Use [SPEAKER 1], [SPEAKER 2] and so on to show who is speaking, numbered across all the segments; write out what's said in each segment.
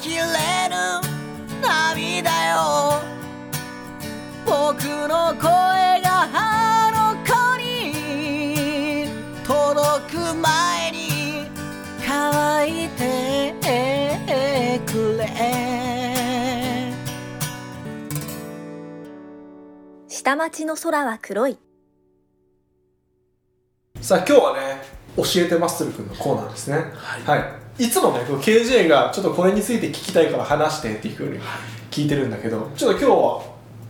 [SPEAKER 1] きれぬ涙よ僕の声があの子に届く前に乾いてくれ
[SPEAKER 2] 下町の空は黒い
[SPEAKER 3] さあ今日はね教えてマッスル君のコーナーですねはい、い、つもねこの KJ がちょっとこれについて聞きたいから話してっていうふうに聞いてるんだけどちょっと今日は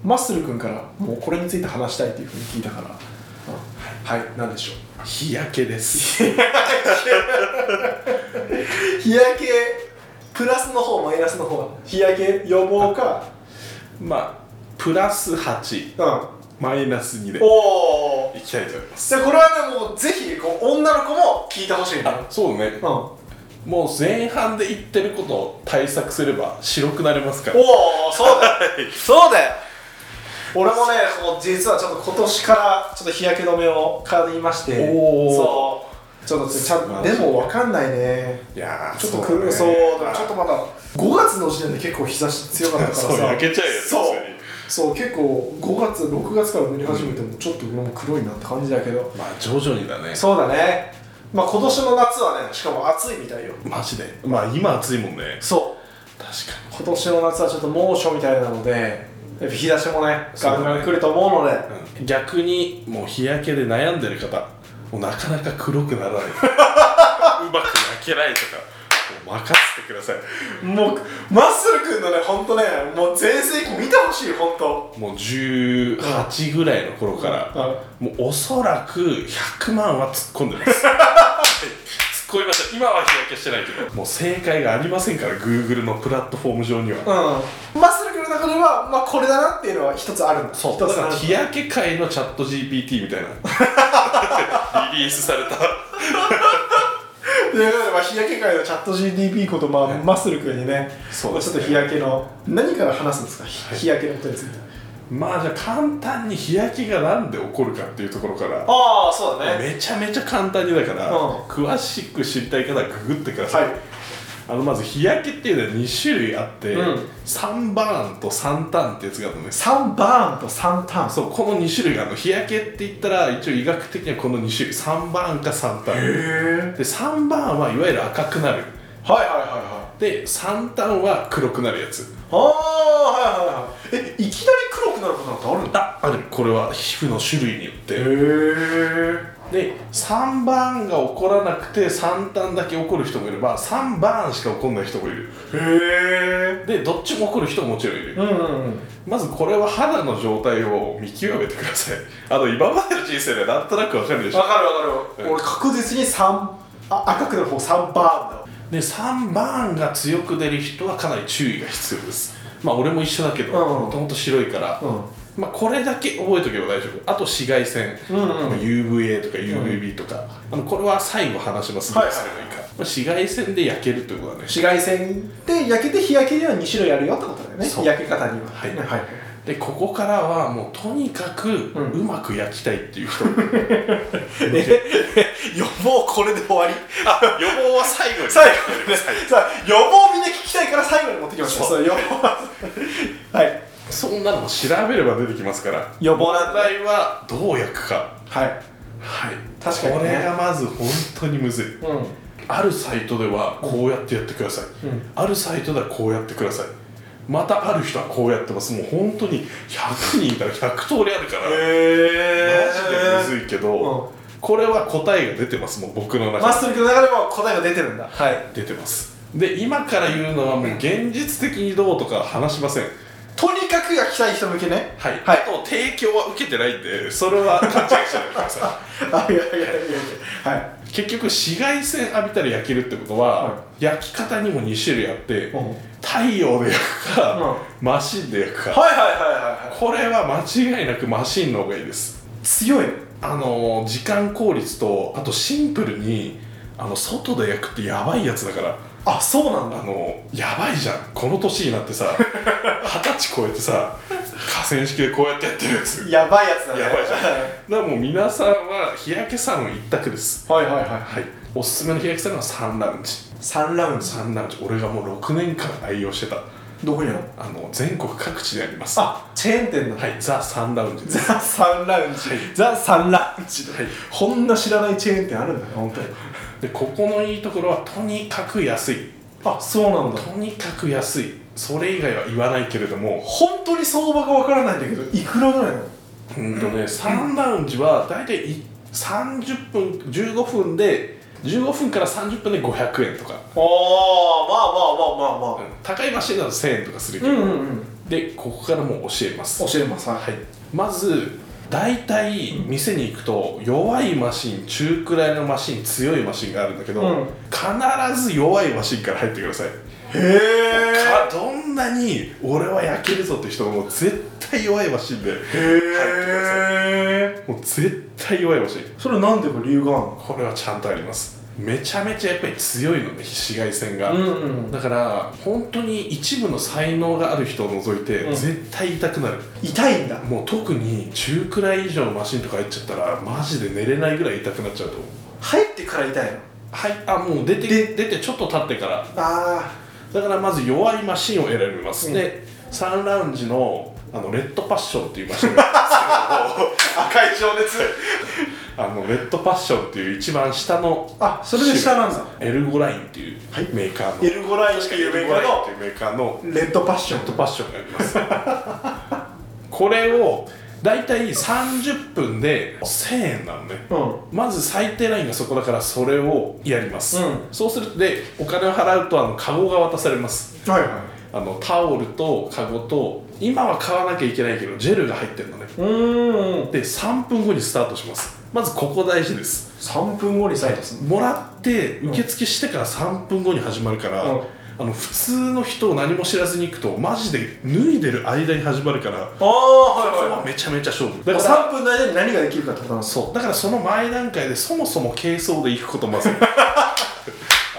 [SPEAKER 3] マッスル君からもうこれについて話したいっていうふうに聞いたから、はい、はい、何でしょう
[SPEAKER 4] 日焼けです
[SPEAKER 3] 日焼けプラスの方マイナスの方日焼け予防か
[SPEAKER 4] まあプラス8
[SPEAKER 3] うん
[SPEAKER 4] マイナス2で
[SPEAKER 3] お
[SPEAKER 4] い
[SPEAKER 3] お
[SPEAKER 4] きたいと思います
[SPEAKER 3] じゃあこれはねもうぜひこう女の子も聞いてほしいね
[SPEAKER 4] あそうね
[SPEAKER 3] うんお
[SPEAKER 4] もう前半で言ってることを対策すれば白くなれますから
[SPEAKER 3] おそうだ そうだよ俺もねこう実はちょっと今年からちょっと日焼け止めを体にいまして
[SPEAKER 4] おー
[SPEAKER 3] そうちょっとちゃんでも分かんないね
[SPEAKER 4] いやー
[SPEAKER 3] ちょっと
[SPEAKER 4] そう,、
[SPEAKER 3] くそう,、でもちょっとまだ5月の時点で結構日差し強かったからさ
[SPEAKER 4] そう焼けちゃうよね
[SPEAKER 3] そう
[SPEAKER 4] 普通に
[SPEAKER 3] そう結構5月6月から塗り始めてもちょっと俺も黒いなって感じだけど
[SPEAKER 4] まあ徐々にだね
[SPEAKER 3] そうだねまあ今年の夏はねしかも暑いみたいよ
[SPEAKER 4] マジでまあ今暑いもんね
[SPEAKER 3] そう
[SPEAKER 4] 確
[SPEAKER 3] 今年の夏はちょっと猛暑みたいなのでやっぱ日差しもね
[SPEAKER 4] そう
[SPEAKER 3] ガン
[SPEAKER 4] だね
[SPEAKER 3] ガン来ると思うので
[SPEAKER 4] かに、うん逆にもう日焼けで悩んでる方もうなかなか黒くならない うまく焼けないとかもう任せてください
[SPEAKER 3] もうマッスル君のね本当ねもう全盛期見てほしい本当
[SPEAKER 4] もう18ぐらいの頃から、もうおそらく100万は突っ込んでますはい 突っ込みました今は日焼けしてないけどもう正解がありませんから Google のプラットフォーム上には、
[SPEAKER 3] うんマッスル君の中ではまあこれだなっていうのは一つあるんだ
[SPEAKER 4] そう
[SPEAKER 3] 一
[SPEAKER 4] だ
[SPEAKER 3] つ
[SPEAKER 4] か
[SPEAKER 3] あ
[SPEAKER 4] ら
[SPEAKER 3] る
[SPEAKER 4] 日焼け界のチャット GPT みたいなリリースされた
[SPEAKER 3] ということで、まあ、日焼け界のチャット GDP こと、まあ、マッスル君にね、
[SPEAKER 4] そうです
[SPEAKER 3] ち
[SPEAKER 4] ね
[SPEAKER 3] ょっと日焼けの、何から話すんですか、日日焼けのことについて。
[SPEAKER 4] まあじゃあ簡単に日焼けがなんで起こるかっていうところから
[SPEAKER 3] ああ、そうだ。
[SPEAKER 4] めちゃめちゃ簡単にだから、
[SPEAKER 3] うん
[SPEAKER 4] 詳しく知りたい方はググってください、
[SPEAKER 3] はい
[SPEAKER 4] あのまず日焼けっていうのは2種類あって、
[SPEAKER 3] うん
[SPEAKER 4] サンバーンとサンタンってやつがあるのね
[SPEAKER 3] サンバーンとサンタン。
[SPEAKER 4] そうこの2種類があるの日焼けって言ったら一応医学的にはこの2種類サンバーンかサンタン
[SPEAKER 3] え。
[SPEAKER 4] でサンバーンはいわゆる赤くなる
[SPEAKER 3] はいはいはいはい。
[SPEAKER 4] でサンタンは黒くなるやつ
[SPEAKER 3] ああ、はいはいはい。え、いきなり黒くなることなんてあるんだ。
[SPEAKER 4] ああるこれは皮膚の種類によって、
[SPEAKER 3] へ
[SPEAKER 4] で3番が起こらなくて3単だけ起こる人もいれば3番しか起こんない人もいる
[SPEAKER 3] え。へえ。
[SPEAKER 4] でどっちも起こる人ももちろんいる、
[SPEAKER 3] うんうんうん。
[SPEAKER 4] まずこれは肌の状態を見極めてくださいあの今までの人生でなんとなくわかるでしょ
[SPEAKER 3] わかるわかる。
[SPEAKER 4] うん
[SPEAKER 3] 俺確実にサン、あ赤くなる方サンバーンだ。
[SPEAKER 4] で3番が強く出る人はかなり注意が必要ですまあ俺も一緒だけど
[SPEAKER 3] うん
[SPEAKER 4] もともと白いから、
[SPEAKER 3] う
[SPEAKER 4] まあ、これだけ覚えておけば大丈夫あと紫外線、
[SPEAKER 3] うんうん
[SPEAKER 4] この UVA とか UVB とか、あのこれは最後話しますどうすればいいか、まあ紫外線で焼けるってことだね
[SPEAKER 3] 紫外線で焼けて日焼けには2種類あるよってことだよね。
[SPEAKER 4] そう
[SPEAKER 3] 日焼け方には。
[SPEAKER 4] はい
[SPEAKER 3] はい
[SPEAKER 4] でここからはもうとにかく
[SPEAKER 3] ん
[SPEAKER 4] うまく焼きたいっていう人、
[SPEAKER 3] 予防これで終わり
[SPEAKER 4] あ予防は最後に
[SPEAKER 3] 最後にねさあ予防みんな聞きたいから最後に持ってきました
[SPEAKER 4] そ
[SPEAKER 3] そ
[SPEAKER 4] う
[SPEAKER 3] う予防はい
[SPEAKER 4] そんなのも調べれば出てきますから
[SPEAKER 3] 予防なん
[SPEAKER 4] 問
[SPEAKER 3] だ
[SPEAKER 4] 題はどう焼くか
[SPEAKER 3] はい
[SPEAKER 4] はい
[SPEAKER 3] 確かにね
[SPEAKER 4] これがまず本当にむずい
[SPEAKER 3] うん
[SPEAKER 4] あるサイトではこうやってやってください、
[SPEAKER 3] うん
[SPEAKER 4] あるサイトではこうやってくださいまたある人はこうやってますもう本当に100人いたら100通りあるから、
[SPEAKER 3] へ
[SPEAKER 4] マジでむずいけど、これは答えが出てますもう僕の中で
[SPEAKER 3] マッスル君の中でも答えが出てるんだはい
[SPEAKER 4] 出てますで今から言うのはもう現実的にどうとか話しません
[SPEAKER 3] とにかくがきたい人向け ね
[SPEAKER 4] はい、
[SPEAKER 3] はい
[SPEAKER 4] あと提供は受けてないんでそれは勘違いしないでくださ
[SPEAKER 3] あいやいやいやいやはい
[SPEAKER 4] い結局紫外線浴びたら焼けるってことは、
[SPEAKER 3] は
[SPEAKER 4] 焼き方にも2種類あって、
[SPEAKER 3] うん
[SPEAKER 4] 太陽で焼くか、
[SPEAKER 3] うん
[SPEAKER 4] マシンで焼くか、
[SPEAKER 3] はいはいはいは
[SPEAKER 4] これは間違いなくマシンの方がいいです
[SPEAKER 3] い強い
[SPEAKER 4] あのー時間効率とあとシンプルにあの外で焼くってやばいやつだから
[SPEAKER 3] あそうなん
[SPEAKER 4] あのやばいじゃんこの年になってさ 二十歳超えてさ河川敷でこうやってやってるやつ
[SPEAKER 3] やばいやつだね
[SPEAKER 4] やばいじゃんだからもう皆さんは日焼けサロン一択です
[SPEAKER 3] はいはいはい
[SPEAKER 4] はいおすすめの日焼けサロンはサンラウンジ
[SPEAKER 3] サンラウンジ
[SPEAKER 4] サンラウンジ俺がもう6年間愛用してた
[SPEAKER 3] どこにあるの
[SPEAKER 4] あの全国各地でありますは
[SPEAKER 3] あチェーン店だ、
[SPEAKER 4] いザ・サンラウンジです
[SPEAKER 3] ザ・サンラウンジ、
[SPEAKER 4] はい
[SPEAKER 3] ザ・サンラウンジだ、
[SPEAKER 4] はい
[SPEAKER 3] こんな知らないチェーン店あるんだね本当に
[SPEAKER 4] でここのいいところはとにかく安い
[SPEAKER 3] あそうなんだ
[SPEAKER 4] とにかく安いそれ以外は言わないけれども
[SPEAKER 3] 本当に相場がわからないんだけどいくらぐらいなの
[SPEAKER 4] うんとねサンラウンジは大体い30分15分で15分から30分で500円とか
[SPEAKER 3] ああまあまあまあま
[SPEAKER 4] うん高いマシンなら1000円とかするけ
[SPEAKER 3] う
[SPEAKER 4] ど、
[SPEAKER 3] んうんうん
[SPEAKER 4] でここからもう教えます
[SPEAKER 3] 教えますはい、はい、
[SPEAKER 4] まず大体店に行くと弱いマシン中くらいのマシン強いマシンがあるんだけど、
[SPEAKER 3] うん
[SPEAKER 4] 必ず弱いマシンから入ってください、
[SPEAKER 3] へ
[SPEAKER 4] かどんなに俺は焼けるぞって人も絶対弱いマシンで入ってくださ
[SPEAKER 3] え
[SPEAKER 4] いもう絶対弱いマシン
[SPEAKER 3] それなんでも理由があるの
[SPEAKER 4] これはちゃんとありますめちゃめちゃやっぱり強いのね紫外線が、
[SPEAKER 3] うんうん
[SPEAKER 4] だから本当に一部の才能がある人を除いて、
[SPEAKER 3] うん
[SPEAKER 4] 絶対痛くなる
[SPEAKER 3] 痛いんだ
[SPEAKER 4] もう特に中くらい以上のマシンとか入っちゃったらマジで寝れないぐらい痛くなっちゃうと思う
[SPEAKER 3] 入ってから痛いの
[SPEAKER 4] はいあもう出て
[SPEAKER 3] で
[SPEAKER 4] 出てちょっと経ってから
[SPEAKER 3] あ
[SPEAKER 4] だからまず弱いマシンを選びます、
[SPEAKER 3] うん
[SPEAKER 4] でサンラウンジのあのレッドパッションっていうマ シンがあるんです
[SPEAKER 3] あ赤い情熱
[SPEAKER 4] けどあのレッドパッションっていう一番下の
[SPEAKER 3] あそれで下なんだ
[SPEAKER 4] エルゴラインっていう
[SPEAKER 3] はい
[SPEAKER 4] メーカーの、
[SPEAKER 3] エルゴラインっていうメーカーの
[SPEAKER 4] エルゴラインっていうメーカーの
[SPEAKER 3] レッドパッション
[SPEAKER 4] レッドパッションがありますこれを大体30分で1000円なのね
[SPEAKER 3] うん
[SPEAKER 4] まず最低ラインがそこだからそれをやります、
[SPEAKER 3] うん
[SPEAKER 4] そうするとでお金を払うとあのカゴが渡されます
[SPEAKER 3] はいは
[SPEAKER 4] あのタオルとカゴと今は買わなきゃいけないけどジェルが入ってるのね
[SPEAKER 3] いうん
[SPEAKER 4] で3分後にスタートしますまずここ大事です
[SPEAKER 3] 3分後にサイトする
[SPEAKER 4] もらって受付してから3分後に始まるから、
[SPEAKER 3] うん
[SPEAKER 4] あの普通の人を何も知らずに行くとマジで脱いでる間に始まるから
[SPEAKER 3] ああはい
[SPEAKER 4] ここはめちゃめちゃ勝負だ
[SPEAKER 3] だ
[SPEAKER 4] か
[SPEAKER 3] からら3分の間に何ができるかってことなんですよ
[SPEAKER 4] そうだからその前段階でそもそも軽装で行くこと まずあ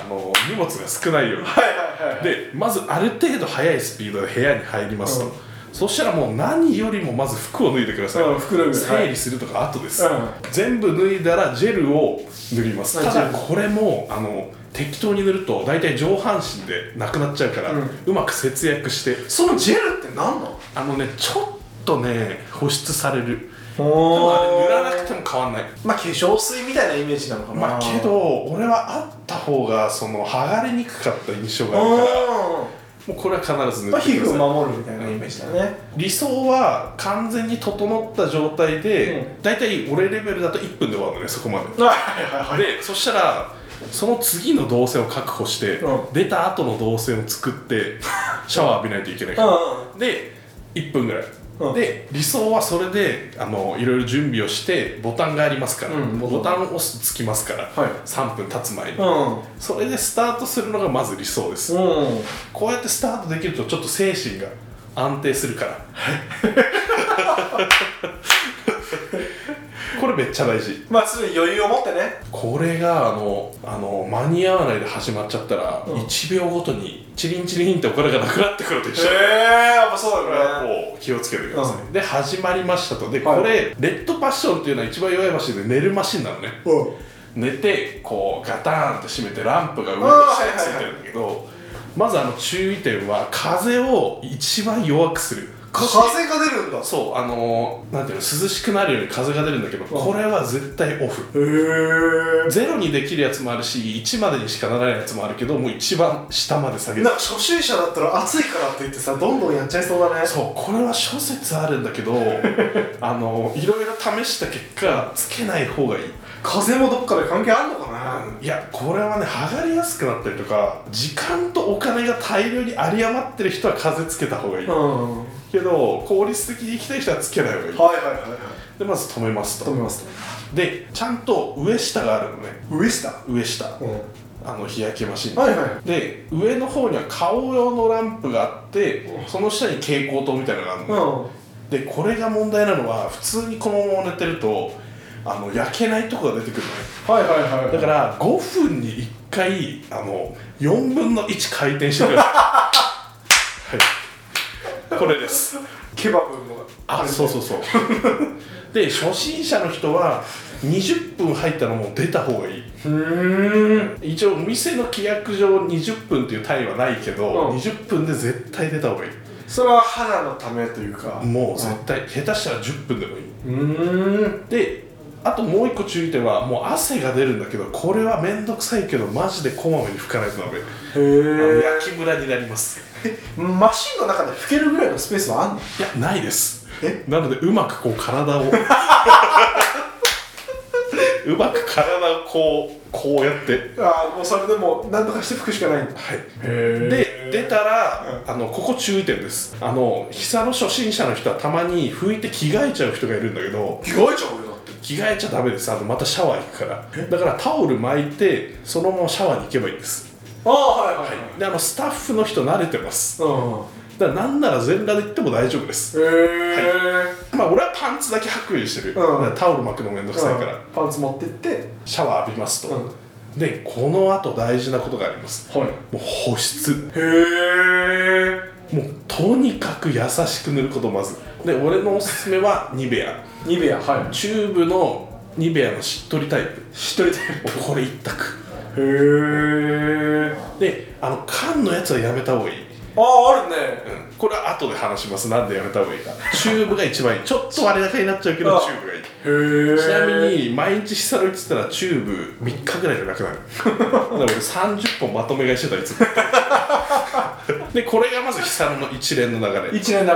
[SPEAKER 4] の荷物が少ないように
[SPEAKER 3] はいはいはい
[SPEAKER 4] でまずある程度速いスピードで部屋に入りますと、
[SPEAKER 3] うん
[SPEAKER 4] そしたらもう何よりもまず服を脱いでください、
[SPEAKER 3] うん服脱ぐ
[SPEAKER 4] 整理するとか後です、
[SPEAKER 3] うん
[SPEAKER 4] 全部脱いだらジェルを塗ります
[SPEAKER 3] はい
[SPEAKER 4] ただ
[SPEAKER 3] ジェ
[SPEAKER 4] これもあの適当に塗ると大体上半身でなくなっちゃうから、う
[SPEAKER 3] うん
[SPEAKER 4] まく節約して
[SPEAKER 3] そのジェルって何なの
[SPEAKER 4] あのねちょっとね保湿されるでもあれ
[SPEAKER 3] お
[SPEAKER 4] 塗らなくても変わんない
[SPEAKER 3] まあ化粧水みたいなイメージなのかな
[SPEAKER 4] まあけど俺はあった方がその剥がれにくかった印象
[SPEAKER 3] うん
[SPEAKER 4] があるからもうこれは必ず
[SPEAKER 3] ま
[SPEAKER 4] 塗
[SPEAKER 3] あ
[SPEAKER 4] って
[SPEAKER 3] 皮
[SPEAKER 4] く
[SPEAKER 3] 膚
[SPEAKER 4] ださい
[SPEAKER 3] を守るみたいなイメージだね
[SPEAKER 4] 理想は完全に整った状態で、
[SPEAKER 3] う
[SPEAKER 4] だいたい俺レベルだと1分で終わるのねそこまで、
[SPEAKER 3] はいはい
[SPEAKER 4] でそしたらその次の動線を確保して、
[SPEAKER 3] うん
[SPEAKER 4] 出た後の動線を作って シャワー浴びないといけないから、
[SPEAKER 3] は
[SPEAKER 4] で1分ぐらい、
[SPEAKER 3] うん
[SPEAKER 4] で理想はそれであのいろいろ準備をしてボタンがありますから、
[SPEAKER 3] うん
[SPEAKER 4] ボタンを押すとつきますから、
[SPEAKER 3] はい
[SPEAKER 4] 3分経つ前に、
[SPEAKER 3] い
[SPEAKER 4] それでスタートするのがまず理想です、
[SPEAKER 3] うんうん
[SPEAKER 4] こうやってスタートできるとちょっと精神が安定す るからこれめっちゃ大事
[SPEAKER 3] まあすぐ余裕を持ってね
[SPEAKER 4] これがあのあの間に合わないで始まっちゃったら、
[SPEAKER 3] うん
[SPEAKER 4] 1秒ごとにチリンチリンってお金がなくなってくると一緒
[SPEAKER 3] えやっぱそう
[SPEAKER 4] これはもう気をつけてください、
[SPEAKER 3] う
[SPEAKER 4] で始まりましたとで、
[SPEAKER 3] はい
[SPEAKER 4] これレッドパッションっていうのは一番弱いマシンで寝るマシンなのね
[SPEAKER 3] うん
[SPEAKER 4] 寝てこうガターンって閉めてランプが上と下についてるんだけど、まずあの注意点は風を一番弱くする
[SPEAKER 3] 風が出るんだ
[SPEAKER 4] そうあのーなんていうの涼しくなるように風が出るんだけどこれは絶対オフ
[SPEAKER 3] へ
[SPEAKER 4] ゼロにできるやつもあるし1までにしかならないやつもあるけどもう一番下まで下げる
[SPEAKER 3] なんか初心者だったら暑いからって言ってさどんどんやっちゃいそうだね
[SPEAKER 4] そうこれは諸説あるんだけ どあのーいろいろ試した結果つけない方がいい
[SPEAKER 3] 風もどっかで関係あんのかない
[SPEAKER 4] やこれはね剥がれやすくなったりとか時間とお金が大量に有り余ってる人は風つけた方がいい、
[SPEAKER 3] うんはい
[SPEAKER 4] けど効率的に生きたい人はつけない方がいい
[SPEAKER 3] はいはいはい
[SPEAKER 4] でまず止めます
[SPEAKER 3] 止
[SPEAKER 4] と
[SPEAKER 3] めます
[SPEAKER 4] でちゃんと上下があるのね
[SPEAKER 3] 上下
[SPEAKER 4] 上下
[SPEAKER 3] うん
[SPEAKER 4] あの日焼けマシン、
[SPEAKER 3] はいはい
[SPEAKER 4] で上の方には顔用のランプがあってその下に蛍光灯みたいなのがあるの、
[SPEAKER 3] うん
[SPEAKER 4] でこれが問題なのは普通にこのまま寝てるとあの焼けないとこが出てくるのね
[SPEAKER 3] はいはいはい
[SPEAKER 4] だから5分に1回あの4分の1回転してくだ さい、はい、これです
[SPEAKER 3] ケバブも
[SPEAKER 4] あそうそうそうで初心者の人は20分入ったらもう出た方がいい
[SPEAKER 3] うん
[SPEAKER 4] 一応お店の規約上20分っていう単位はないけど、
[SPEAKER 3] うん
[SPEAKER 4] 20分で絶対出た方がいい
[SPEAKER 3] それは肌のためというか
[SPEAKER 4] もう絶対下手したら10分でもいい
[SPEAKER 3] うん
[SPEAKER 4] であともう一個注意点はもう汗が出るんだけどこれは面倒くさいけどマジでこまめに拭かないとダ
[SPEAKER 3] へ
[SPEAKER 4] メ
[SPEAKER 3] え
[SPEAKER 4] 焼きムラになります
[SPEAKER 3] マシンの中で拭けるぐらいのスペースはあんの
[SPEAKER 4] いやないです
[SPEAKER 3] え
[SPEAKER 4] なのでうまくこう体を うまく体をこうこうやって
[SPEAKER 3] ああもうそれでも何とかして拭くしかないんだ
[SPEAKER 4] はい
[SPEAKER 3] へ
[SPEAKER 4] で出たらあのここ注意点ですあの膝の初心者の人はたまに拭いて着替えちゃう人がいるんだけど
[SPEAKER 3] 着替えちゃうよだって
[SPEAKER 4] 着替えちゃダメですあのまたシャワー行くからだからタオル巻いてそのままシャワーに行けばいいんです
[SPEAKER 3] ああはいはいはい、
[SPEAKER 4] であのスタッフの人慣れてます
[SPEAKER 3] うん
[SPEAKER 4] だからなんなら全裸で行っても大丈夫です
[SPEAKER 3] へえ、
[SPEAKER 4] まあ俺はパンツだけ履くようにしてる、
[SPEAKER 3] うん
[SPEAKER 4] だからタオル巻くのめんどくさいから、
[SPEAKER 3] うんパンツ持ってって
[SPEAKER 4] シャワー浴びますと、
[SPEAKER 3] うん
[SPEAKER 4] でこのあと大事なことがあります
[SPEAKER 3] はい
[SPEAKER 4] もう保湿
[SPEAKER 3] へえ
[SPEAKER 4] もうとにかく優しく塗ることまずで俺のおすすめはニベア
[SPEAKER 3] ニベアは
[SPEAKER 4] チューブのニベアのしっとりタイプ
[SPEAKER 3] いしっとりタイ
[SPEAKER 4] もうこれ一択
[SPEAKER 3] プへえ
[SPEAKER 4] であの缶のやつはやめた方がいい、
[SPEAKER 3] あああるね
[SPEAKER 4] うん、これは後で話しますなんでやめた方がいいかチューブが一番いいちょっと割高になっちゃうけど
[SPEAKER 3] あ
[SPEAKER 4] チューブがいい
[SPEAKER 3] へえ
[SPEAKER 4] ちなみに毎日下の行ってたらチューブ3日ぐらいでなくなるだから俺30本まとめ買いしてたいつ もでこれがまず久野の一連の流れ
[SPEAKER 3] 一年流れね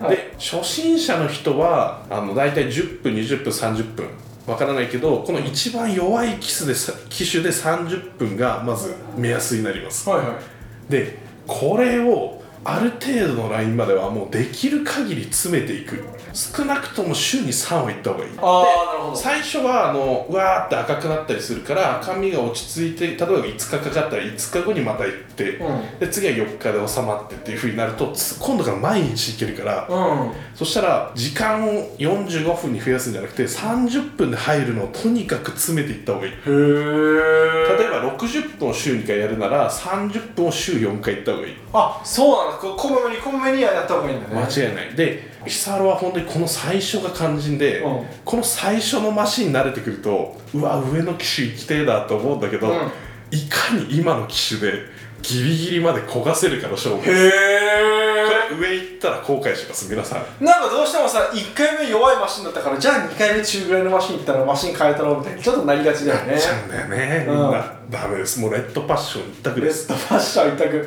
[SPEAKER 3] はい
[SPEAKER 4] で初心者の人はあの大体10分20分30分わからないけどこの一番弱いキスでさ機種で30分がまず目安になります
[SPEAKER 3] はいはい
[SPEAKER 4] でこれをある程度のラインまではもうできる限り詰めていく少なくとも週に3は行った方がいい
[SPEAKER 3] ああなるほど
[SPEAKER 4] 最初はあのうわーって赤くなったりするから赤みが落ち着いて例えば5日かかったら5日後にまた行って、
[SPEAKER 3] うん
[SPEAKER 4] で次は4日で収まってっていうふうになるとつ今度から毎日行けるから、
[SPEAKER 3] うん
[SPEAKER 4] そしたら時間を45分に増やすんじゃなくて30分で入るのをとにかく詰めていった方がいい
[SPEAKER 3] へえ
[SPEAKER 4] 例えば60分を週2回やるなら30分を週4回行った方がいい
[SPEAKER 3] あそうなんだここまめにこまめにやった方がいいんだね
[SPEAKER 4] 間違いないで久原は本当にこの最初が肝心で、
[SPEAKER 3] うん
[SPEAKER 4] この最初のマシンに慣れてくるとうわ上の機種行きてえだと思うんだけど、
[SPEAKER 3] うん
[SPEAKER 4] いかに今の機種でギリギリまで焦がせるかの勝負こ
[SPEAKER 3] へ
[SPEAKER 4] れ上行ったら後悔します皆さん
[SPEAKER 3] えなんかどうしてもさ1回目弱いマシンだったからじゃあ2回目中ぐらいのマシンいったらマシン変えたろうみたいにちょっとなりがちだよ ね
[SPEAKER 4] ちゃうんだよねみんな、ダメですもうレッドパッション一択で
[SPEAKER 3] ベ
[SPEAKER 4] す
[SPEAKER 3] ストファッション一択
[SPEAKER 4] はい、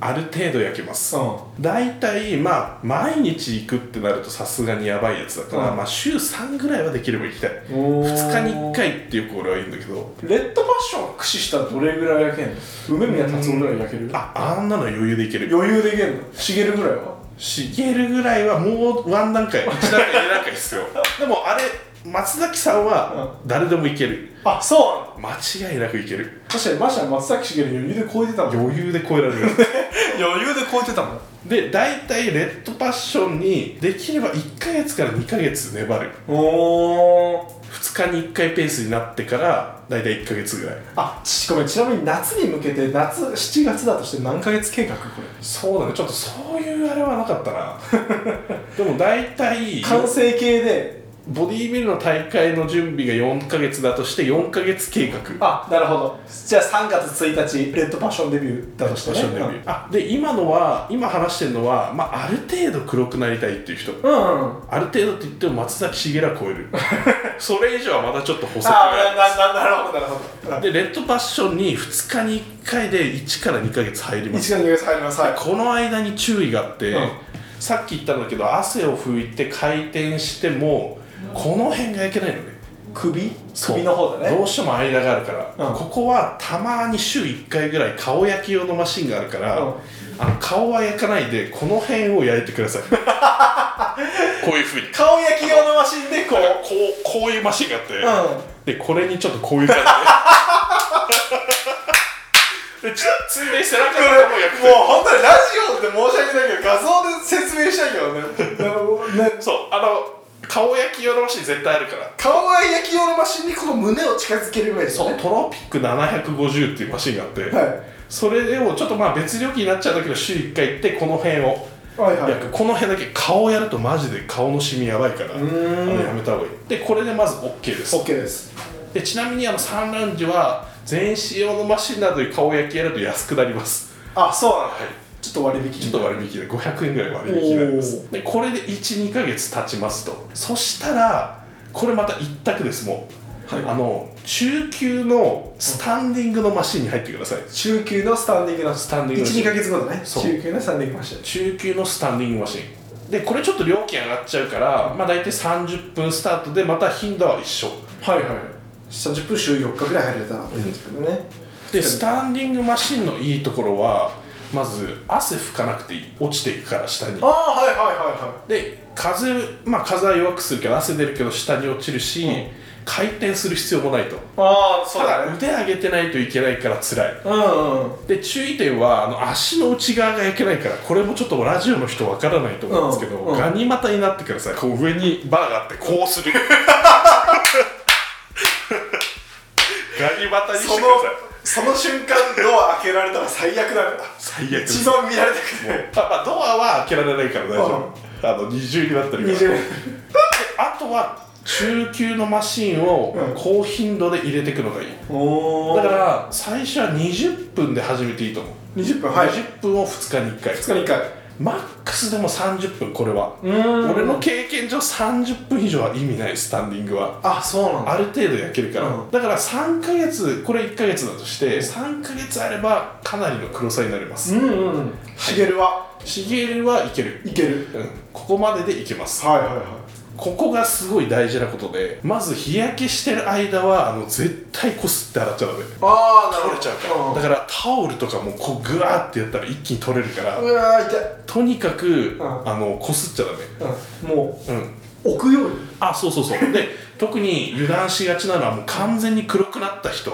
[SPEAKER 4] ある程度焼けます、
[SPEAKER 3] う
[SPEAKER 4] 大体まあ毎日行くってなるとさすがにやばいやつだから、
[SPEAKER 3] うん
[SPEAKER 4] まあ週3ぐらいはできれば行きたい2
[SPEAKER 3] おー
[SPEAKER 4] 日に1回ってよく俺は言うんだけど
[SPEAKER 3] レッドファッションを駆使したらどれぐらい焼けんの梅宮達夫ぐらい焼ける
[SPEAKER 4] ああんなの余裕でいける
[SPEAKER 3] 余裕でいけんの茂るぐらいは
[SPEAKER 4] しげるぐらいはもうワン段階1段階2段階ですよ でもあれ松崎さんは誰でもいける
[SPEAKER 3] あそうなの
[SPEAKER 4] 間違いなくいける
[SPEAKER 3] 確かにマシャ松崎しげる余裕で超えてたもん
[SPEAKER 4] 余裕で超えら れる
[SPEAKER 3] 余裕で超えてたもん
[SPEAKER 4] で大体レッドパッションにできれば1ヶ月から2ヶ月粘る
[SPEAKER 3] おお
[SPEAKER 4] 2日に1回ペースになってから大体1ヶ月ぐらい
[SPEAKER 3] あちごめんちなみに夏に向けて夏7月だとして何ヶ月計画これ
[SPEAKER 4] そうだねちょっとそういうあれはなかった なでも大体
[SPEAKER 3] 完成形で
[SPEAKER 4] ボディービルの大会の準備が4ヶ月だとして4ヶ月計画
[SPEAKER 3] あなるほどじゃあ3月1日レッドパッションデビューだとして
[SPEAKER 4] ファッションデビューあで今のは今話してるのは、まあ、ある程度黒くなりたいっていう人
[SPEAKER 3] うんうんうん
[SPEAKER 4] ある程度って言っても松崎しげらは超 えるそれ以上はまだちょっと補足が
[SPEAKER 3] あ
[SPEAKER 4] ある
[SPEAKER 3] あなななるほどなるほど
[SPEAKER 4] でレッドパッションに2日に1回で1から2ヶ月入り
[SPEAKER 3] 1
[SPEAKER 4] ま
[SPEAKER 3] 月
[SPEAKER 4] す
[SPEAKER 3] 2月入りますはい
[SPEAKER 4] この間に注意があって、
[SPEAKER 3] うん
[SPEAKER 4] さっき言ったんだけど汗を拭いて回転してもこの辺がいけないのね
[SPEAKER 3] 首
[SPEAKER 4] そう
[SPEAKER 3] 首の方だ
[SPEAKER 4] ど
[SPEAKER 3] ね
[SPEAKER 4] うしても間があるから、
[SPEAKER 3] うん
[SPEAKER 4] ここはたまに週1回ぐらい顔焼き用のマシンがあるか
[SPEAKER 3] う
[SPEAKER 4] ら、
[SPEAKER 3] ん
[SPEAKER 4] あの顔は焼かないでこの辺を焼いてくださいこういうふうにこ
[SPEAKER 3] 顔焼き用のマシンでこ
[SPEAKER 4] う
[SPEAKER 3] う
[SPEAKER 4] こうこういうマシンがあって、
[SPEAKER 3] うん
[SPEAKER 4] でこれにちょっとこういう感じででちょついで背中
[SPEAKER 3] これ
[SPEAKER 4] からも焼くと
[SPEAKER 3] もう本当にラジオで申し訳ないけど画像で説明したいけ どねね
[SPEAKER 4] そうあの顔焼き用のマシン絶対あるから
[SPEAKER 3] 顔は焼き用のマシンにこの胸を近づけるぐらいです
[SPEAKER 4] そう
[SPEAKER 3] ね
[SPEAKER 4] トロピック750っていうマシンがあって、
[SPEAKER 3] はい
[SPEAKER 4] それをちょっとまあ別料金になっちゃうんだけど週1回行ってこの辺を
[SPEAKER 3] はいはい
[SPEAKER 4] やこの辺だけ顔やるとマジで顔のシミやばいからあの
[SPEAKER 3] ーん
[SPEAKER 4] やめた方がいいでこれでまず OK です
[SPEAKER 3] オッケーです
[SPEAKER 4] でちなみにあの産卵時は全身用のマシンなどで顔焼きやると安くなります
[SPEAKER 3] あそうなんだ、ちょっと割引
[SPEAKER 4] ちょっと割引で500円ぐらい割引になります
[SPEAKER 3] お
[SPEAKER 4] でこれで12ヶ月経ちますとそしたらこれまた一択ですもう、
[SPEAKER 3] はい
[SPEAKER 4] あの中級のスタンディングのマシンに入ってください
[SPEAKER 3] 中級のスタンディングの
[SPEAKER 4] スタンディングの
[SPEAKER 3] 12ヶ月後だね
[SPEAKER 4] そう
[SPEAKER 3] 中級のスタンディングマシン
[SPEAKER 4] 中級のスタンディングマシンでこれちょっと料金上がっちゃうから、まあ、大体30分スタートでまた頻度は一緒
[SPEAKER 3] はいはい30分週4日ぐらい入れたらいいんですけどね、
[SPEAKER 4] でスタンディングマシンのいいところはまず汗拭かなくていい落ちていくから下に
[SPEAKER 3] ああはいはいはいはい
[SPEAKER 4] で風まあ風は弱くするけど汗出るけど下に落ちるし、回転する必要もないと
[SPEAKER 3] ああそ
[SPEAKER 4] た
[SPEAKER 3] うだ
[SPEAKER 4] だ
[SPEAKER 3] ね
[SPEAKER 4] 腕上げてないといけないから辛い
[SPEAKER 3] うんうん
[SPEAKER 4] で注意点はあの足の内側が焼けないからこれもちょっとラジオの人わからないと思うんですけど、
[SPEAKER 3] うんうん
[SPEAKER 4] ガニ股になってくださいこう上にバーがあってこうす るガニ股にしてくださ
[SPEAKER 3] そ
[SPEAKER 4] い
[SPEAKER 3] のその瞬間ドア開けられたら最悪だから
[SPEAKER 4] 最悪です
[SPEAKER 3] 一番見られたくない
[SPEAKER 4] あまあ、ドアは開けられないから大丈夫あの二重になってるからであとは中級のマシンを
[SPEAKER 3] うん
[SPEAKER 4] 高頻度で入れていくのがいい
[SPEAKER 3] おお
[SPEAKER 4] だから最初は20分で始めていいと思う
[SPEAKER 3] 20分はい2
[SPEAKER 4] 20分を2日に1回
[SPEAKER 3] 日に1回
[SPEAKER 4] マックスでも30分これは
[SPEAKER 3] ーん
[SPEAKER 4] 俺の経験上30分以上は意味ないスタンディングは
[SPEAKER 3] あそうなん
[SPEAKER 4] ある程度焼けるから、
[SPEAKER 3] うん
[SPEAKER 4] だから3ヶ月これ1ヶ月だとして3ヶ月あればかなりの黒さになります、
[SPEAKER 3] うんうんしげるは
[SPEAKER 4] シゲルはいける
[SPEAKER 3] いける
[SPEAKER 4] うんここまででいけます
[SPEAKER 3] はいはいは
[SPEAKER 4] ここがすごい大事なことでまず日焼けしてる間はあの絶対こすって洗っちゃダメ
[SPEAKER 3] ああなる
[SPEAKER 4] 取
[SPEAKER 3] ほ
[SPEAKER 4] れ
[SPEAKER 3] ど
[SPEAKER 4] ちゃうから、だからタオルとかもこうグワーってやったら一気に取れるから、
[SPEAKER 3] うんうわー痛
[SPEAKER 4] とにかく、
[SPEAKER 3] ん
[SPEAKER 4] あのこすっちゃダ
[SPEAKER 3] い、うん、も
[SPEAKER 4] メうん
[SPEAKER 3] う置くように
[SPEAKER 4] あそうそうそうで特に油断しがちなのはもう完全に黒くなった人、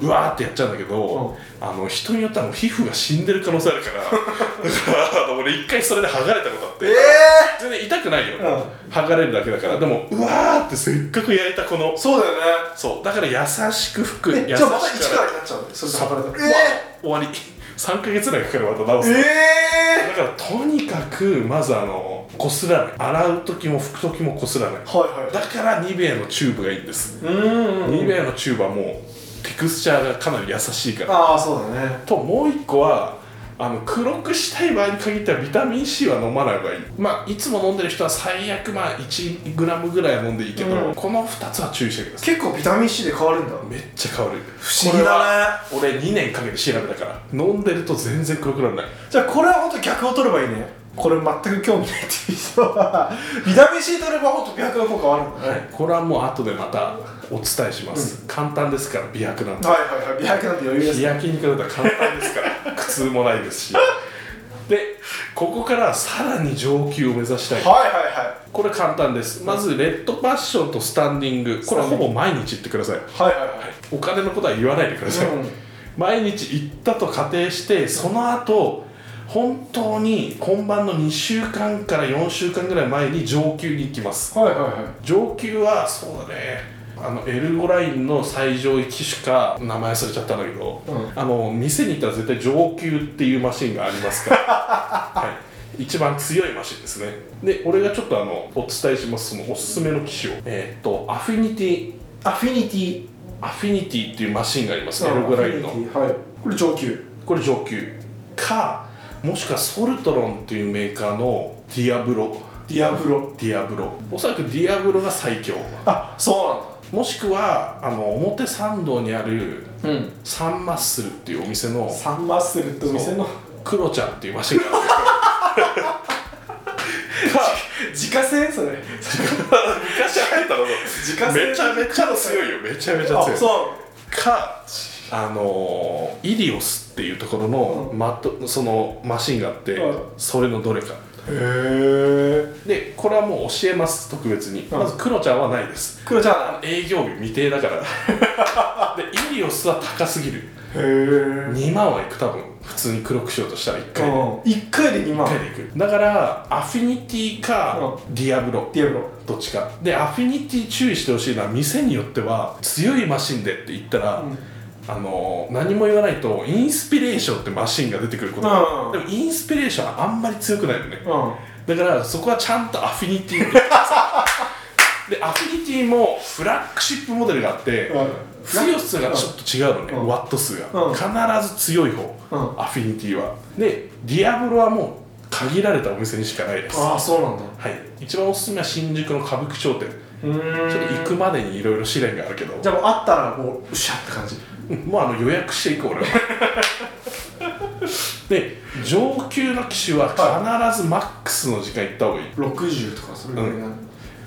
[SPEAKER 4] うわーってやっちゃうんだけど、あの人によってはもう皮膚が死んでる可能性あるから だからあの俺一回それで剥がれたことあって
[SPEAKER 3] え
[SPEAKER 4] 全然痛くないよ、
[SPEAKER 3] う
[SPEAKER 4] 剥がれるだけだからでもうわーってせっかく焼いたこの
[SPEAKER 3] そうだよね
[SPEAKER 4] そうだから優しく拭く
[SPEAKER 3] え
[SPEAKER 4] 優しく
[SPEAKER 3] じゃあまた
[SPEAKER 4] 洗
[SPEAKER 3] 一からになっちゃうねそれで剥がれた
[SPEAKER 4] う
[SPEAKER 3] ら
[SPEAKER 4] わ終わり3ヶ月ぐらいかかるまた直
[SPEAKER 3] え
[SPEAKER 4] す、
[SPEAKER 3] ー、え
[SPEAKER 4] だからとにかくまずあのこすらない洗う時も拭く時もこすらない
[SPEAKER 3] ー、はいはい
[SPEAKER 4] だからニベアのチューブがいいんです、
[SPEAKER 3] うん
[SPEAKER 4] ニベアのチューブはもうテクスチャーがかなり優しいから
[SPEAKER 3] ああそうだね
[SPEAKER 4] ともう一個はあの黒くしたい場合に限ってはビタミン C は飲まない方がいいまあいつも飲んでる人は最悪まあ 1g ぐらいは飲んでいいけど、
[SPEAKER 3] うん
[SPEAKER 4] この2つは注意してください
[SPEAKER 3] 結構ビタミン C で変わるんだ
[SPEAKER 4] めっちゃ香る
[SPEAKER 3] 不思議だね
[SPEAKER 4] これは俺2年かけて調べたから飲んでると全然黒くならない
[SPEAKER 3] じゃあこれは本当逆を取ればいいねこれ全く興味ないっていう人は ビタミン C 取れば本当逆の効果あるんだね
[SPEAKER 4] これはもう後でまたお伝えします、簡単ですから美白なんて
[SPEAKER 3] はいはいはい美白なんて余裕です
[SPEAKER 4] 日焼けに比べたら簡単ですから苦痛もないですしでここからさらに上級を目指したい
[SPEAKER 3] はいはいはい
[SPEAKER 4] これ簡単ですまずレッドパッションとスタンディングこれはほぼ毎日言ってください
[SPEAKER 3] はいはいはい
[SPEAKER 4] お金のことは言わないでください、
[SPEAKER 3] うん
[SPEAKER 4] 毎日行ったと仮定してその後本当に本番の2週間から4週間ぐらい前に上級に行きます
[SPEAKER 3] はいはいはい
[SPEAKER 4] 上級はそうだねあのエルゴラインの最上位機種か名前忘れちゃったんだけど、
[SPEAKER 3] う
[SPEAKER 4] あの店に行ったら絶対上級っていうマシンがあります から、はい、一番強いマシンですねで俺がちょっとあのお伝えしますそのおすすめの機種をえーっとアフィニティ
[SPEAKER 3] アフィニティ
[SPEAKER 4] アフィニティっていうマシンがありますエルゴラインの
[SPEAKER 3] アフィニティはいこれ上級
[SPEAKER 4] これ上級かもしくはソルトロンっていうメーカーのディアブロ
[SPEAKER 3] ディアブロ
[SPEAKER 4] ディアブロおそらくディアブロが最強
[SPEAKER 3] あそ
[SPEAKER 4] もしくはあの表参道にあ
[SPEAKER 3] う
[SPEAKER 4] る
[SPEAKER 3] なんだうん
[SPEAKER 4] サンマッスルっていうお店の
[SPEAKER 3] サンマッスルってお店の
[SPEAKER 4] クロちゃんっていうマシンがあるんですよか
[SPEAKER 3] 自家製それ
[SPEAKER 4] 昔入ったの
[SPEAKER 3] 自家製
[SPEAKER 4] めちゃめちゃ強いよ めちゃめちゃ
[SPEAKER 3] あ
[SPEAKER 4] 強い
[SPEAKER 3] そ
[SPEAKER 4] かあのーイリオスっていうところの,、
[SPEAKER 3] う
[SPEAKER 4] マットそのマシンがあって、
[SPEAKER 3] うん
[SPEAKER 4] それのどれか
[SPEAKER 3] うへえ
[SPEAKER 4] でこれはもう教えます特別に、
[SPEAKER 3] うん
[SPEAKER 4] まずクロちゃんはないです
[SPEAKER 3] 黒ちゃ
[SPEAKER 4] 営業日未定だからでイリオスは高すぎ
[SPEAKER 3] ん
[SPEAKER 4] る
[SPEAKER 3] へえ
[SPEAKER 4] 2万はいく多分普通に黒くしようとしたら1回で1
[SPEAKER 3] 1回で2万
[SPEAKER 4] 回でいくだからアフィニティかディアブロ
[SPEAKER 3] ディアブロ
[SPEAKER 4] どっちかでアフィニティ注意してほしいのは店によっては強いマシンでって言ったら、
[SPEAKER 3] うん
[SPEAKER 4] あの何も言わないとインスピレーションってマシンが出てくること
[SPEAKER 3] うん
[SPEAKER 4] がでもインスピレーションはあんまり強くないよねだからそこはちゃんとアフィニティででアフィニティもフラッグシップモデルがあって、強さがちょっと違うのね、
[SPEAKER 3] うん
[SPEAKER 4] ワット数が、
[SPEAKER 3] うん
[SPEAKER 4] 必ず強い方、
[SPEAKER 3] うん
[SPEAKER 4] アフィニティはでディアブロはもう限られたお店にしかないです
[SPEAKER 3] あ
[SPEAKER 4] は
[SPEAKER 3] あそうなんだ
[SPEAKER 4] い一番おすすめは新宿の歌舞伎町店
[SPEAKER 3] うーん
[SPEAKER 4] ちょっと行くまでにいろいろ試練があるけど
[SPEAKER 3] じゃあもうあったらこううしゃって感じ
[SPEAKER 4] うん もうあの予約していこう俺 はで上級の機種は必ずマックスの時間行った方がいい
[SPEAKER 3] 60とかそれぐらいな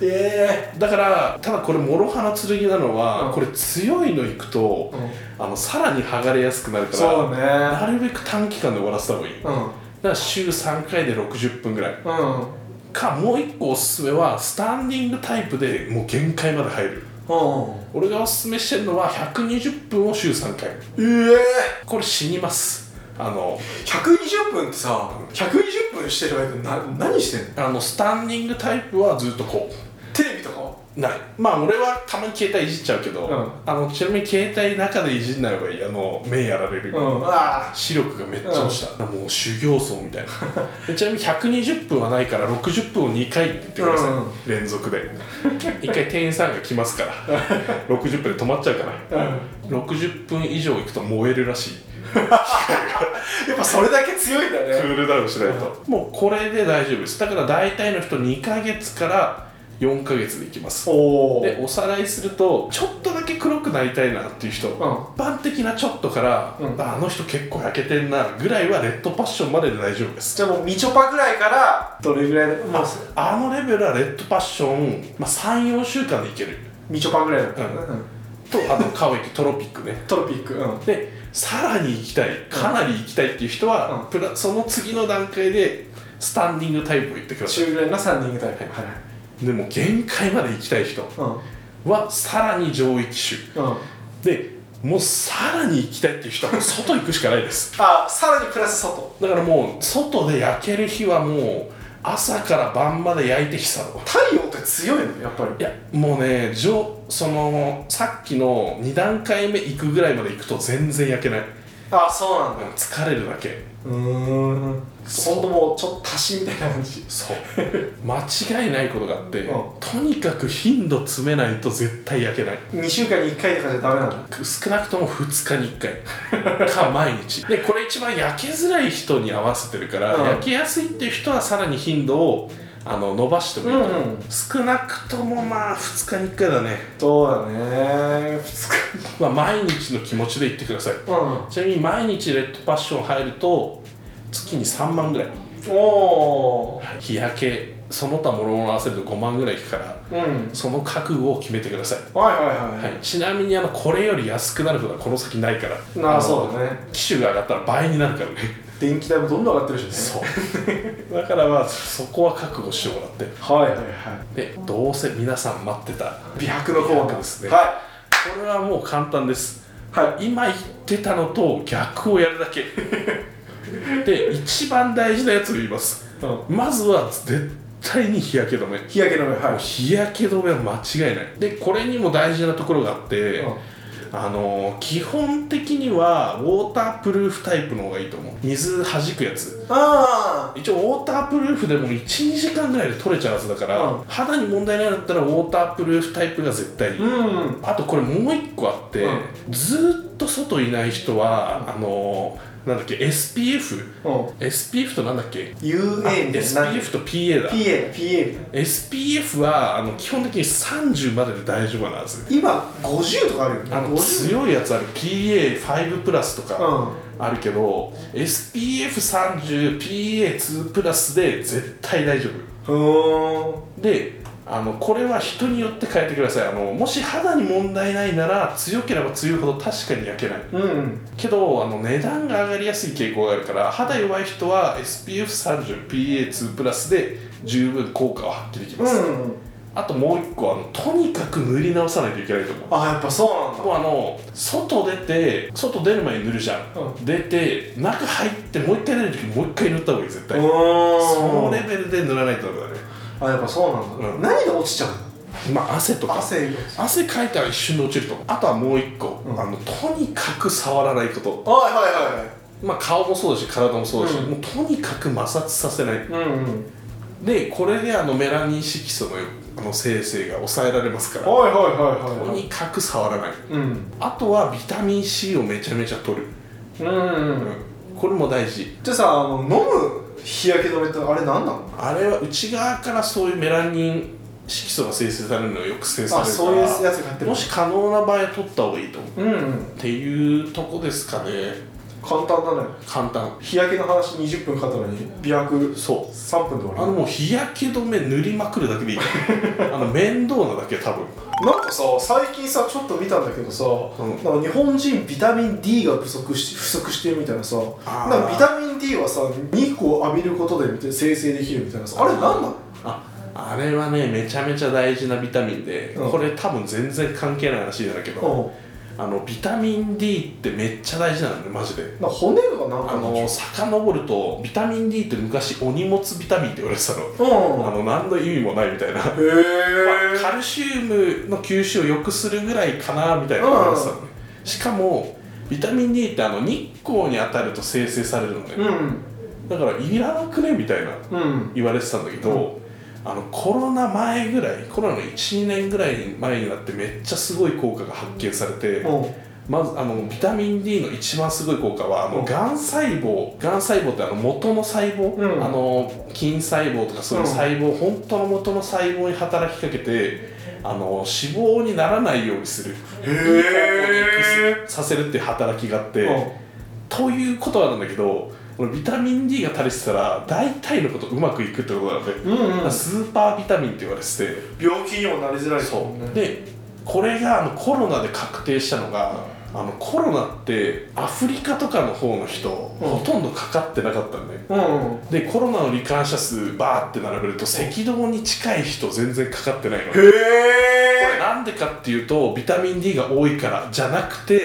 [SPEAKER 3] え
[SPEAKER 4] だからただこれ諸刃の剣なのは、
[SPEAKER 3] うん
[SPEAKER 4] これ強いの行くと、あのさらに剥がれやすくなるから
[SPEAKER 3] そうね
[SPEAKER 4] なるべく短期間で終わらせた方がいい、だ
[SPEAKER 3] う
[SPEAKER 4] か
[SPEAKER 3] ん
[SPEAKER 4] ら週3回で60分ぐらい
[SPEAKER 3] うん
[SPEAKER 4] かもう一個おすすめはスタンディングタイプでもう限界まで入る
[SPEAKER 3] うん
[SPEAKER 4] 俺がおすすめしてるのは120分を週3回
[SPEAKER 3] うんええ
[SPEAKER 4] これ死にますあの
[SPEAKER 3] 120分ってさ120分してる間な何してんの
[SPEAKER 4] あのスタンディングタイプはずっとこう
[SPEAKER 3] テレビとかは
[SPEAKER 4] ないまあ俺はたまに携帯いじっちゃうけど、
[SPEAKER 3] うん
[SPEAKER 4] あのちなみに携帯中でいじんない方がいいあの目やられるよ、
[SPEAKER 3] ああ
[SPEAKER 4] 視力がめっちゃ落ちた、もう修行僧みたいなでちな みに120分はないから60分を2回って言ってください、
[SPEAKER 3] うん
[SPEAKER 4] 連続で一回店員さんが来ますから 60分で止まっちゃうから、60分以上行くと燃えるらしい
[SPEAKER 3] やっぱそれだけ強いんだ
[SPEAKER 4] ク
[SPEAKER 3] ね
[SPEAKER 4] ールダウンしないと、もうこれで大丈夫ですだから大体の人2ヶ月から4ヶ月で行きます
[SPEAKER 3] お
[SPEAKER 4] でおさらいするとちょっとだけ黒くなりたいなっていう人、一般的なちょっとから、
[SPEAKER 3] うん
[SPEAKER 4] ああの人結構焼けてんなぐらいはレッドパッションまでで大丈夫です
[SPEAKER 3] じゃあもうみちょぱぐらいからどれぐらいでもう
[SPEAKER 4] あのレベルはレッドパッション、まあ、34週間でいける
[SPEAKER 3] みちょぱぐらいだったね
[SPEAKER 4] う
[SPEAKER 3] うん
[SPEAKER 4] とあと可愛いトロピックね
[SPEAKER 3] トロピックうん
[SPEAKER 4] でさらに行きたいかなり行きたいっていう人は、
[SPEAKER 3] うん
[SPEAKER 4] プラその次の段階でスタンディングタイプを行ってくださ
[SPEAKER 3] 中ぐらいの3人ぐらいはい
[SPEAKER 4] いでも限界まで行きたい人はさらに上位機
[SPEAKER 3] うんうん
[SPEAKER 4] 種でもうさらに行きたいっていう人はもう外行くしかないです
[SPEAKER 3] あさらにプラス外
[SPEAKER 4] だからもう外で焼ける日はもう朝から晩まで焼いてきたの
[SPEAKER 3] 太陽って強いのやっぱり
[SPEAKER 4] いやもうね上そのさっきの2段階目行くぐらいまで行くと全然焼けない
[SPEAKER 3] あそうなん
[SPEAKER 4] うん疲れるだけ
[SPEAKER 3] うーんほんともうちょっと足しみたいな感じ
[SPEAKER 4] そう 間違いないことがあって、
[SPEAKER 3] うん
[SPEAKER 4] とにかく頻度詰めないと絶対焼けない
[SPEAKER 3] 2週間に1回とかじゃダメなんだ
[SPEAKER 4] 少なくとも2日に1 回か毎日でこれ一番焼けづらい人に合わせてるから、
[SPEAKER 3] うん
[SPEAKER 4] 焼けやすいっていう人はさらに頻度をあの伸ばしてもいいと思う、
[SPEAKER 3] うんうん
[SPEAKER 4] 少なくともまあ2日に1回だね、
[SPEAKER 3] そうだね2日
[SPEAKER 4] まあ、毎日の気持ちで行ってください
[SPEAKER 3] うん
[SPEAKER 4] ちなみに毎日レッドパッション入ると月に3万ぐらい
[SPEAKER 3] おお
[SPEAKER 4] 日焼けその他もろもろ合わせると5万ぐらいいくから
[SPEAKER 3] うんはい
[SPEAKER 4] その覚悟を決めてください、
[SPEAKER 3] はいはい
[SPEAKER 4] はい、ちなみにあのこれより安くなることはこの先ないから
[SPEAKER 3] な
[SPEAKER 4] の
[SPEAKER 3] あそうだね
[SPEAKER 4] 機種が上がったら倍になるからね
[SPEAKER 3] 電気代もどんどん上がってるしね
[SPEAKER 4] そう だからまあそこは覚悟してもらって
[SPEAKER 3] はいはいは
[SPEAKER 4] でどうせ皆さん待ってた
[SPEAKER 3] い美白のコーナ
[SPEAKER 4] 美
[SPEAKER 3] ー
[SPEAKER 4] 白ですね
[SPEAKER 3] は
[SPEAKER 4] これはもう簡単です
[SPEAKER 3] いはい
[SPEAKER 4] 今言ってたのと逆をやるだ けで一番大事なやつを言います
[SPEAKER 3] うん
[SPEAKER 4] まずは絶対に日焼け止め
[SPEAKER 3] 日焼け止めはい
[SPEAKER 4] 日焼け止めは間違いないでこれにも大事なところがあって、
[SPEAKER 3] うん
[SPEAKER 4] あのー基本的にはウォータープルーフタイプの方がいいと思う水弾くやつ
[SPEAKER 3] あ
[SPEAKER 4] 一応ウォータープルーフでも12時間ぐらいで取れちゃうはずだから、
[SPEAKER 3] うん
[SPEAKER 4] 肌に問題ないんだったらウォータープルーフタイプが絶対いい、
[SPEAKER 3] あうん
[SPEAKER 4] あとこれもう一個あって、
[SPEAKER 3] う
[SPEAKER 4] ずーっと外いない人はあのーなんだっけ SPF
[SPEAKER 3] うん
[SPEAKER 4] SPF となんだっけ
[SPEAKER 3] UA み
[SPEAKER 4] あ
[SPEAKER 3] たいな
[SPEAKER 4] SPF と PA だ
[SPEAKER 3] PA PA みたいな
[SPEAKER 4] SPF はあの基本的に30までで大丈夫なはず
[SPEAKER 3] 今50とかあるよね
[SPEAKER 4] あの
[SPEAKER 3] 50
[SPEAKER 4] 強いやつある PA5 プラスとか
[SPEAKER 3] う
[SPEAKER 4] あるけど、SPF30PA2 プラスで絶対大丈夫
[SPEAKER 3] ふーん
[SPEAKER 4] であのこれは人によって変えてくださいあのもし肌に問題ないなら強ければ強いほど確かに焼けない
[SPEAKER 3] うん
[SPEAKER 4] けどあの値段が上がりやすい傾向があるから肌弱い人は SPF30PA2 プラスで十分効果は発揮できます、
[SPEAKER 3] うん
[SPEAKER 4] あともう一個あのとにかく塗り直さないといけないと思う
[SPEAKER 3] あやっぱそうなんだ
[SPEAKER 4] もうあの外出て外出る前に塗るじゃん、
[SPEAKER 3] う
[SPEAKER 4] 出て中入ってもう一回出る時もう一回塗った方がいい絶対、
[SPEAKER 3] うーん
[SPEAKER 4] そのレベルで塗らないとダメだね
[SPEAKER 3] あやっぱそうなんだ、
[SPEAKER 4] うん
[SPEAKER 3] 何が落ちちゃうの
[SPEAKER 4] まあ汗とか
[SPEAKER 3] 汗よ
[SPEAKER 4] 汗かいたら一瞬で落ちるとあとはもう一個、
[SPEAKER 3] うん
[SPEAKER 4] あのとにかく触らないこと
[SPEAKER 3] はいはいはい
[SPEAKER 4] まあ顔もそうだし体もそうだし、
[SPEAKER 3] うん
[SPEAKER 4] もうとにかく摩擦させない
[SPEAKER 3] うんうん
[SPEAKER 4] でこれであのメラニン色素のあの生成が抑えられますから
[SPEAKER 3] はいはいはいはい
[SPEAKER 4] と
[SPEAKER 3] はい
[SPEAKER 4] にかく触らない
[SPEAKER 3] うん
[SPEAKER 4] あとはビタミン C をめちゃめちゃ取る、
[SPEAKER 3] うんうん
[SPEAKER 4] これも大事
[SPEAKER 3] じゃあさあの飲む日焼け止めってあれ何なの
[SPEAKER 4] あれは内側からそういうメラニン色素が生成されるのを抑制されるから
[SPEAKER 3] つが入
[SPEAKER 4] もし可能な場合は取った方がいいと思う
[SPEAKER 3] うん、うん、
[SPEAKER 4] っていうとこですかね
[SPEAKER 3] 簡単だね
[SPEAKER 4] 簡単
[SPEAKER 3] 日焼けの話20分かったのに美白
[SPEAKER 4] そう
[SPEAKER 3] 3分で終
[SPEAKER 4] あ
[SPEAKER 3] わ
[SPEAKER 4] の
[SPEAKER 3] り
[SPEAKER 4] もう日焼け止め塗りまくるだけでいいから あの面倒なだけ多分
[SPEAKER 3] なんかさ最近さちょっと見たんだけどさ、
[SPEAKER 4] ん
[SPEAKER 3] なんか日本人ビタミン D が不足し不足してるみたいなさ
[SPEAKER 4] あー
[SPEAKER 3] なんかビタミン D はさ2個浴びることで生成できるみたいなさあれ何なの
[SPEAKER 4] ああれはねめちゃめちゃ大事なビタミンで、
[SPEAKER 3] うん
[SPEAKER 4] これ多分全然関係ない話なんだけど、
[SPEAKER 3] うん
[SPEAKER 4] あのビタミン D ってめっちゃ大事なんでマジで
[SPEAKER 3] なんか骨とかなん
[SPEAKER 4] あ
[SPEAKER 3] かの
[SPEAKER 4] の遡るとビタミン D って昔お荷物ビタミンって言われてたの、あの何の意味もないみたいな、
[SPEAKER 3] うんへえ
[SPEAKER 4] カルシウムの吸収を良くするぐらいかなみたいな言われてたのね、しかもビタミン D ってあの日光に当たると生成されるのね、
[SPEAKER 3] うん
[SPEAKER 4] だからいらなくねみたい
[SPEAKER 3] う
[SPEAKER 4] な
[SPEAKER 3] ん
[SPEAKER 4] 言われてたんだけど、あのコロナ前ぐらいコロナの12年ぐらい前になってめっちゃすごい効果が発見されて、
[SPEAKER 3] うん
[SPEAKER 4] まずあのビタミン D の一番すごい効果はあの、
[SPEAKER 3] うん
[SPEAKER 4] がん細胞がん細胞ってあの元の細胞、
[SPEAKER 3] うん
[SPEAKER 4] あの筋細胞とかそういう細胞、本当の元の細胞に働きかけてあの脂肪にならないようにする
[SPEAKER 3] へ
[SPEAKER 4] させるっていう働きがあって、
[SPEAKER 3] え
[SPEAKER 4] ということなんだけどこのビタミン D が足りてたら大体のことうまくいくってことなので、
[SPEAKER 3] うんうん
[SPEAKER 4] スーパービタミンって言われてて、
[SPEAKER 3] 病気にもなりづらい
[SPEAKER 4] そ
[SPEAKER 3] もんね
[SPEAKER 4] うでこれがあのコロナで確定したのが、あのコロナってアフリカとかの方の人、
[SPEAKER 3] うん
[SPEAKER 4] ほとんどかかってなかったんで
[SPEAKER 3] うん
[SPEAKER 4] でコロナの罹患者数バーって並べると赤道に近い人全然かかってないのこれ
[SPEAKER 3] へえ
[SPEAKER 4] なんでかっていうとビタミン D が多いからじゃなくて、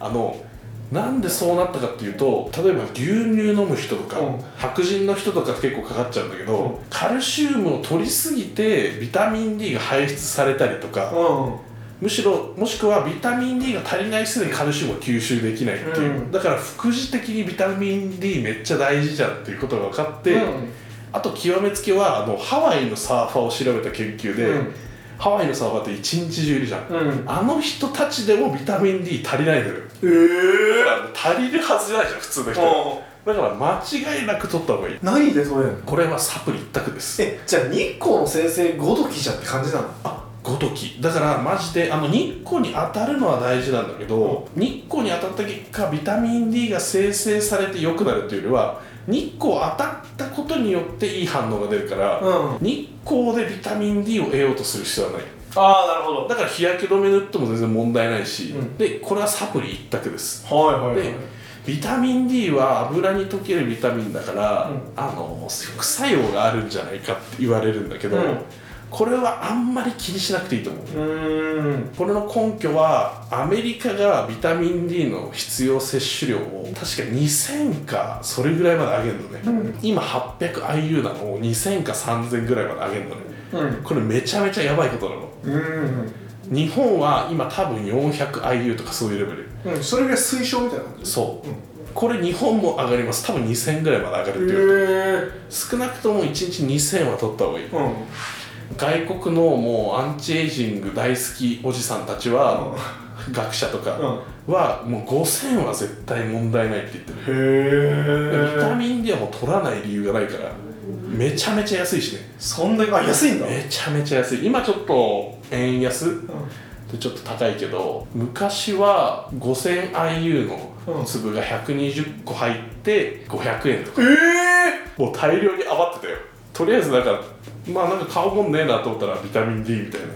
[SPEAKER 4] あのなんでそうなったかっていうと例えば牛乳飲む人とか、
[SPEAKER 3] うん
[SPEAKER 4] 白人の人とか結構かかっちゃうんだけど、
[SPEAKER 3] うん
[SPEAKER 4] カルシウムを取りすぎてビタミン D が排出されたりとか、
[SPEAKER 3] うん
[SPEAKER 4] むしろもしくはビタミン D が足りないすでにカルシウムを吸収できないっていう、
[SPEAKER 3] うん
[SPEAKER 4] だから副次的にビタミン D めっちゃ大事じゃんっていうことが分かって、
[SPEAKER 3] うん
[SPEAKER 4] あと極めつけはあのハワイのサーファーを調べた研究で、
[SPEAKER 3] うん
[SPEAKER 4] ハワイのサーファーって一日中いるじゃん、
[SPEAKER 3] うん
[SPEAKER 4] あの人たちでもビタミン D 足りないのよ
[SPEAKER 3] え
[SPEAKER 4] だ
[SPEAKER 3] え
[SPEAKER 4] から足りるはずないじゃん普通の人だから間違いなく取った方がいい
[SPEAKER 3] 何で取れるの
[SPEAKER 4] これはサプリ一択です
[SPEAKER 3] えじゃあ日光の先生ごときじゃって感じなの
[SPEAKER 4] あごときだからマジであの日光に当たるのは大事なんだけど、日光に当たった結果ビタミン D が生成されて良くなるっていうよりは日光当たったことによっていい反応が出るから、
[SPEAKER 3] うん
[SPEAKER 4] 日光でビタミン D を得ようとする必要はない
[SPEAKER 3] ああなるほど
[SPEAKER 4] だから日焼け止め塗っても全然問題ないし、
[SPEAKER 3] うん
[SPEAKER 4] でこれはサプリ一択です
[SPEAKER 3] はいはいはい
[SPEAKER 4] でビタミン D は油に溶けるビタミンだから、
[SPEAKER 3] うん
[SPEAKER 4] あの副作用があるんじゃないかって言われるんだけど、
[SPEAKER 3] うん
[SPEAKER 4] これはあんまり気にしなくていいと思う
[SPEAKER 3] うーん
[SPEAKER 4] これの根拠はアメリカがビタミン D の必要摂取量を確か2000かそれぐらいまで上げるのね、今 800IU なのを2000か3000ぐらいまで上げるのね
[SPEAKER 3] うん
[SPEAKER 4] これめちゃめちゃやばいことなの
[SPEAKER 3] うん
[SPEAKER 4] 日本は今多分 400IU とかそういうレベル
[SPEAKER 3] うんそれが推奨みたいな感じ
[SPEAKER 4] そう、
[SPEAKER 3] うん
[SPEAKER 4] これ日本も上がります多分2000ぐらいまで上がるっていう、
[SPEAKER 3] え
[SPEAKER 4] 少なくとも1日2000は取った方がいい、
[SPEAKER 3] うん
[SPEAKER 4] 外国のもうアンチエイジング大好きおじさんたちは、学者とかは、もう5000は絶対問題ないって言ってる、
[SPEAKER 3] へ
[SPEAKER 4] ビタミン D はもう取らない理由がないからめちゃめちゃ安いしね
[SPEAKER 3] そんなにあ安いんだ
[SPEAKER 4] めちゃめちゃ安い今ちょっと円安、
[SPEAKER 3] うん
[SPEAKER 4] でちょっと高いけど昔は 5000IU の粒が120個入って500円とか、
[SPEAKER 3] ええ
[SPEAKER 4] もう大量に余ってたよとりあえずなんかまあなんか顔もんねえなと思ったらビタミン D みたいな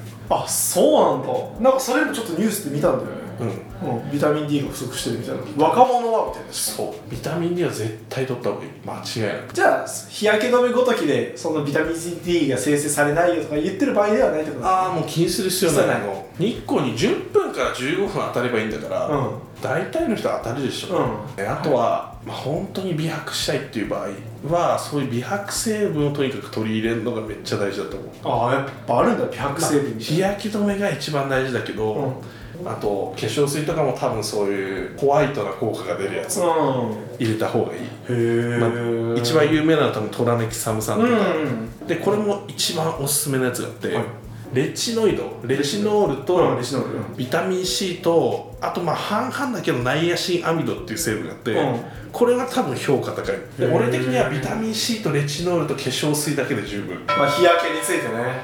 [SPEAKER 3] あそうなんだなんかそれもちょっとニュースで見たんだよね
[SPEAKER 4] うん
[SPEAKER 3] うんビタミン D が不足してるみたいな若者はみたいな
[SPEAKER 4] そうビタミン D は絶対取った方がいい間違いない
[SPEAKER 3] じゃあ日焼け止めごときでそのビタミン D が生成されないよとか言ってる場合ではないってこと
[SPEAKER 4] ああもう気にする必要ないの日光に10分から15分当たればいいんだから、
[SPEAKER 3] うん
[SPEAKER 4] 大体の人は当たるでしょ、
[SPEAKER 3] うん
[SPEAKER 4] であとは、まあ、本当に美白したいっていう場合はそういう美白成分をとにかく取り入れるのがめっちゃ大事だと思う
[SPEAKER 3] ああやっぱあるんだ美白成分みたい
[SPEAKER 4] 日
[SPEAKER 3] な、
[SPEAKER 4] 焼け止めが一番大事だけど、あと化粧水とかも多分そういうホワイトな効果が出るやつを
[SPEAKER 3] うん
[SPEAKER 4] 入れた方がいい、
[SPEAKER 3] へえ、
[SPEAKER 4] まあ、一番有名なのは多分トラネキサム酸と
[SPEAKER 3] う
[SPEAKER 4] か、
[SPEAKER 3] ん
[SPEAKER 4] でこれも一番おすすめのやつがあって、
[SPEAKER 3] はい
[SPEAKER 4] レチノイドレチノールと
[SPEAKER 3] うんレチノールうん
[SPEAKER 4] ビタミン C とあとまあ半々だけどナイアシンアミドっていう成分があって、
[SPEAKER 3] うん
[SPEAKER 4] これが多分評価高いで
[SPEAKER 3] へー
[SPEAKER 4] 俺的にはビタミン C とレチノールと化粧水だけで十分
[SPEAKER 3] まあ日焼けについてね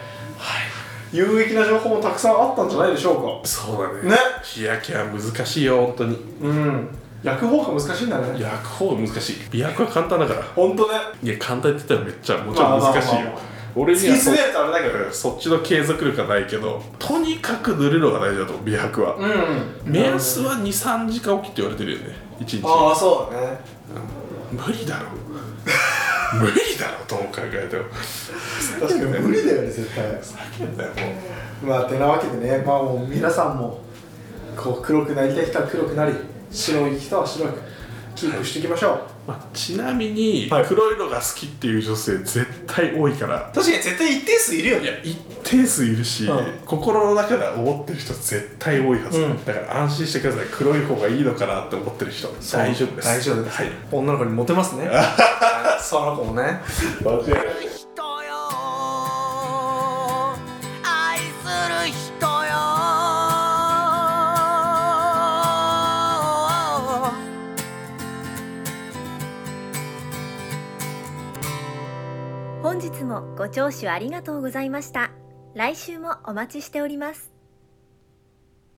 [SPEAKER 3] 有益な情報もたくさんあったんじゃないでしょ
[SPEAKER 4] そうだ
[SPEAKER 3] うかね
[SPEAKER 4] 日焼けは難しいよ本当に
[SPEAKER 3] うん焼く方が難しいんだね
[SPEAKER 4] 焼く方が難しい美白は簡単だから
[SPEAKER 3] 本当ね
[SPEAKER 4] いや簡単って言ったらめっちゃもちろん難しいよ、
[SPEAKER 3] まあまあまあまあ
[SPEAKER 4] 俺
[SPEAKER 3] 突
[SPEAKER 4] に
[SPEAKER 3] き
[SPEAKER 4] は
[SPEAKER 3] 詰めるとあれだけど
[SPEAKER 4] そそっちの継続力はないけどとにかく塗るのが大事だと思う美白は、
[SPEAKER 3] うん
[SPEAKER 4] 目安は23時間起きって言われてるよね1
[SPEAKER 3] あ
[SPEAKER 4] 日
[SPEAKER 3] あそうだね
[SPEAKER 4] 無理だろ 無理だろどう考えても
[SPEAKER 3] 確かに無理だよね絶対まあてなわけでねまあもう皆さんもこう黒くなりたい人は黒くなり白い人は白くキープしていきましょう、
[SPEAKER 4] まあちなみに
[SPEAKER 3] はい
[SPEAKER 4] 黒いのが好きっていう女性絶対多いから
[SPEAKER 3] 確かに絶対一定数いるよ
[SPEAKER 4] いや一定数いるし、
[SPEAKER 3] うん
[SPEAKER 4] 心の中で思ってる人絶対多いはず、
[SPEAKER 3] うん
[SPEAKER 4] だから安心してください黒い方がいいのかなって思ってる人大丈夫です
[SPEAKER 3] 大丈夫です、
[SPEAKER 4] はい
[SPEAKER 3] 女の子にモテますね その子もね
[SPEAKER 4] 間違いない
[SPEAKER 1] 人よ愛する人よ
[SPEAKER 2] 本日もご聴取ありがとうございました来週もお待ちしております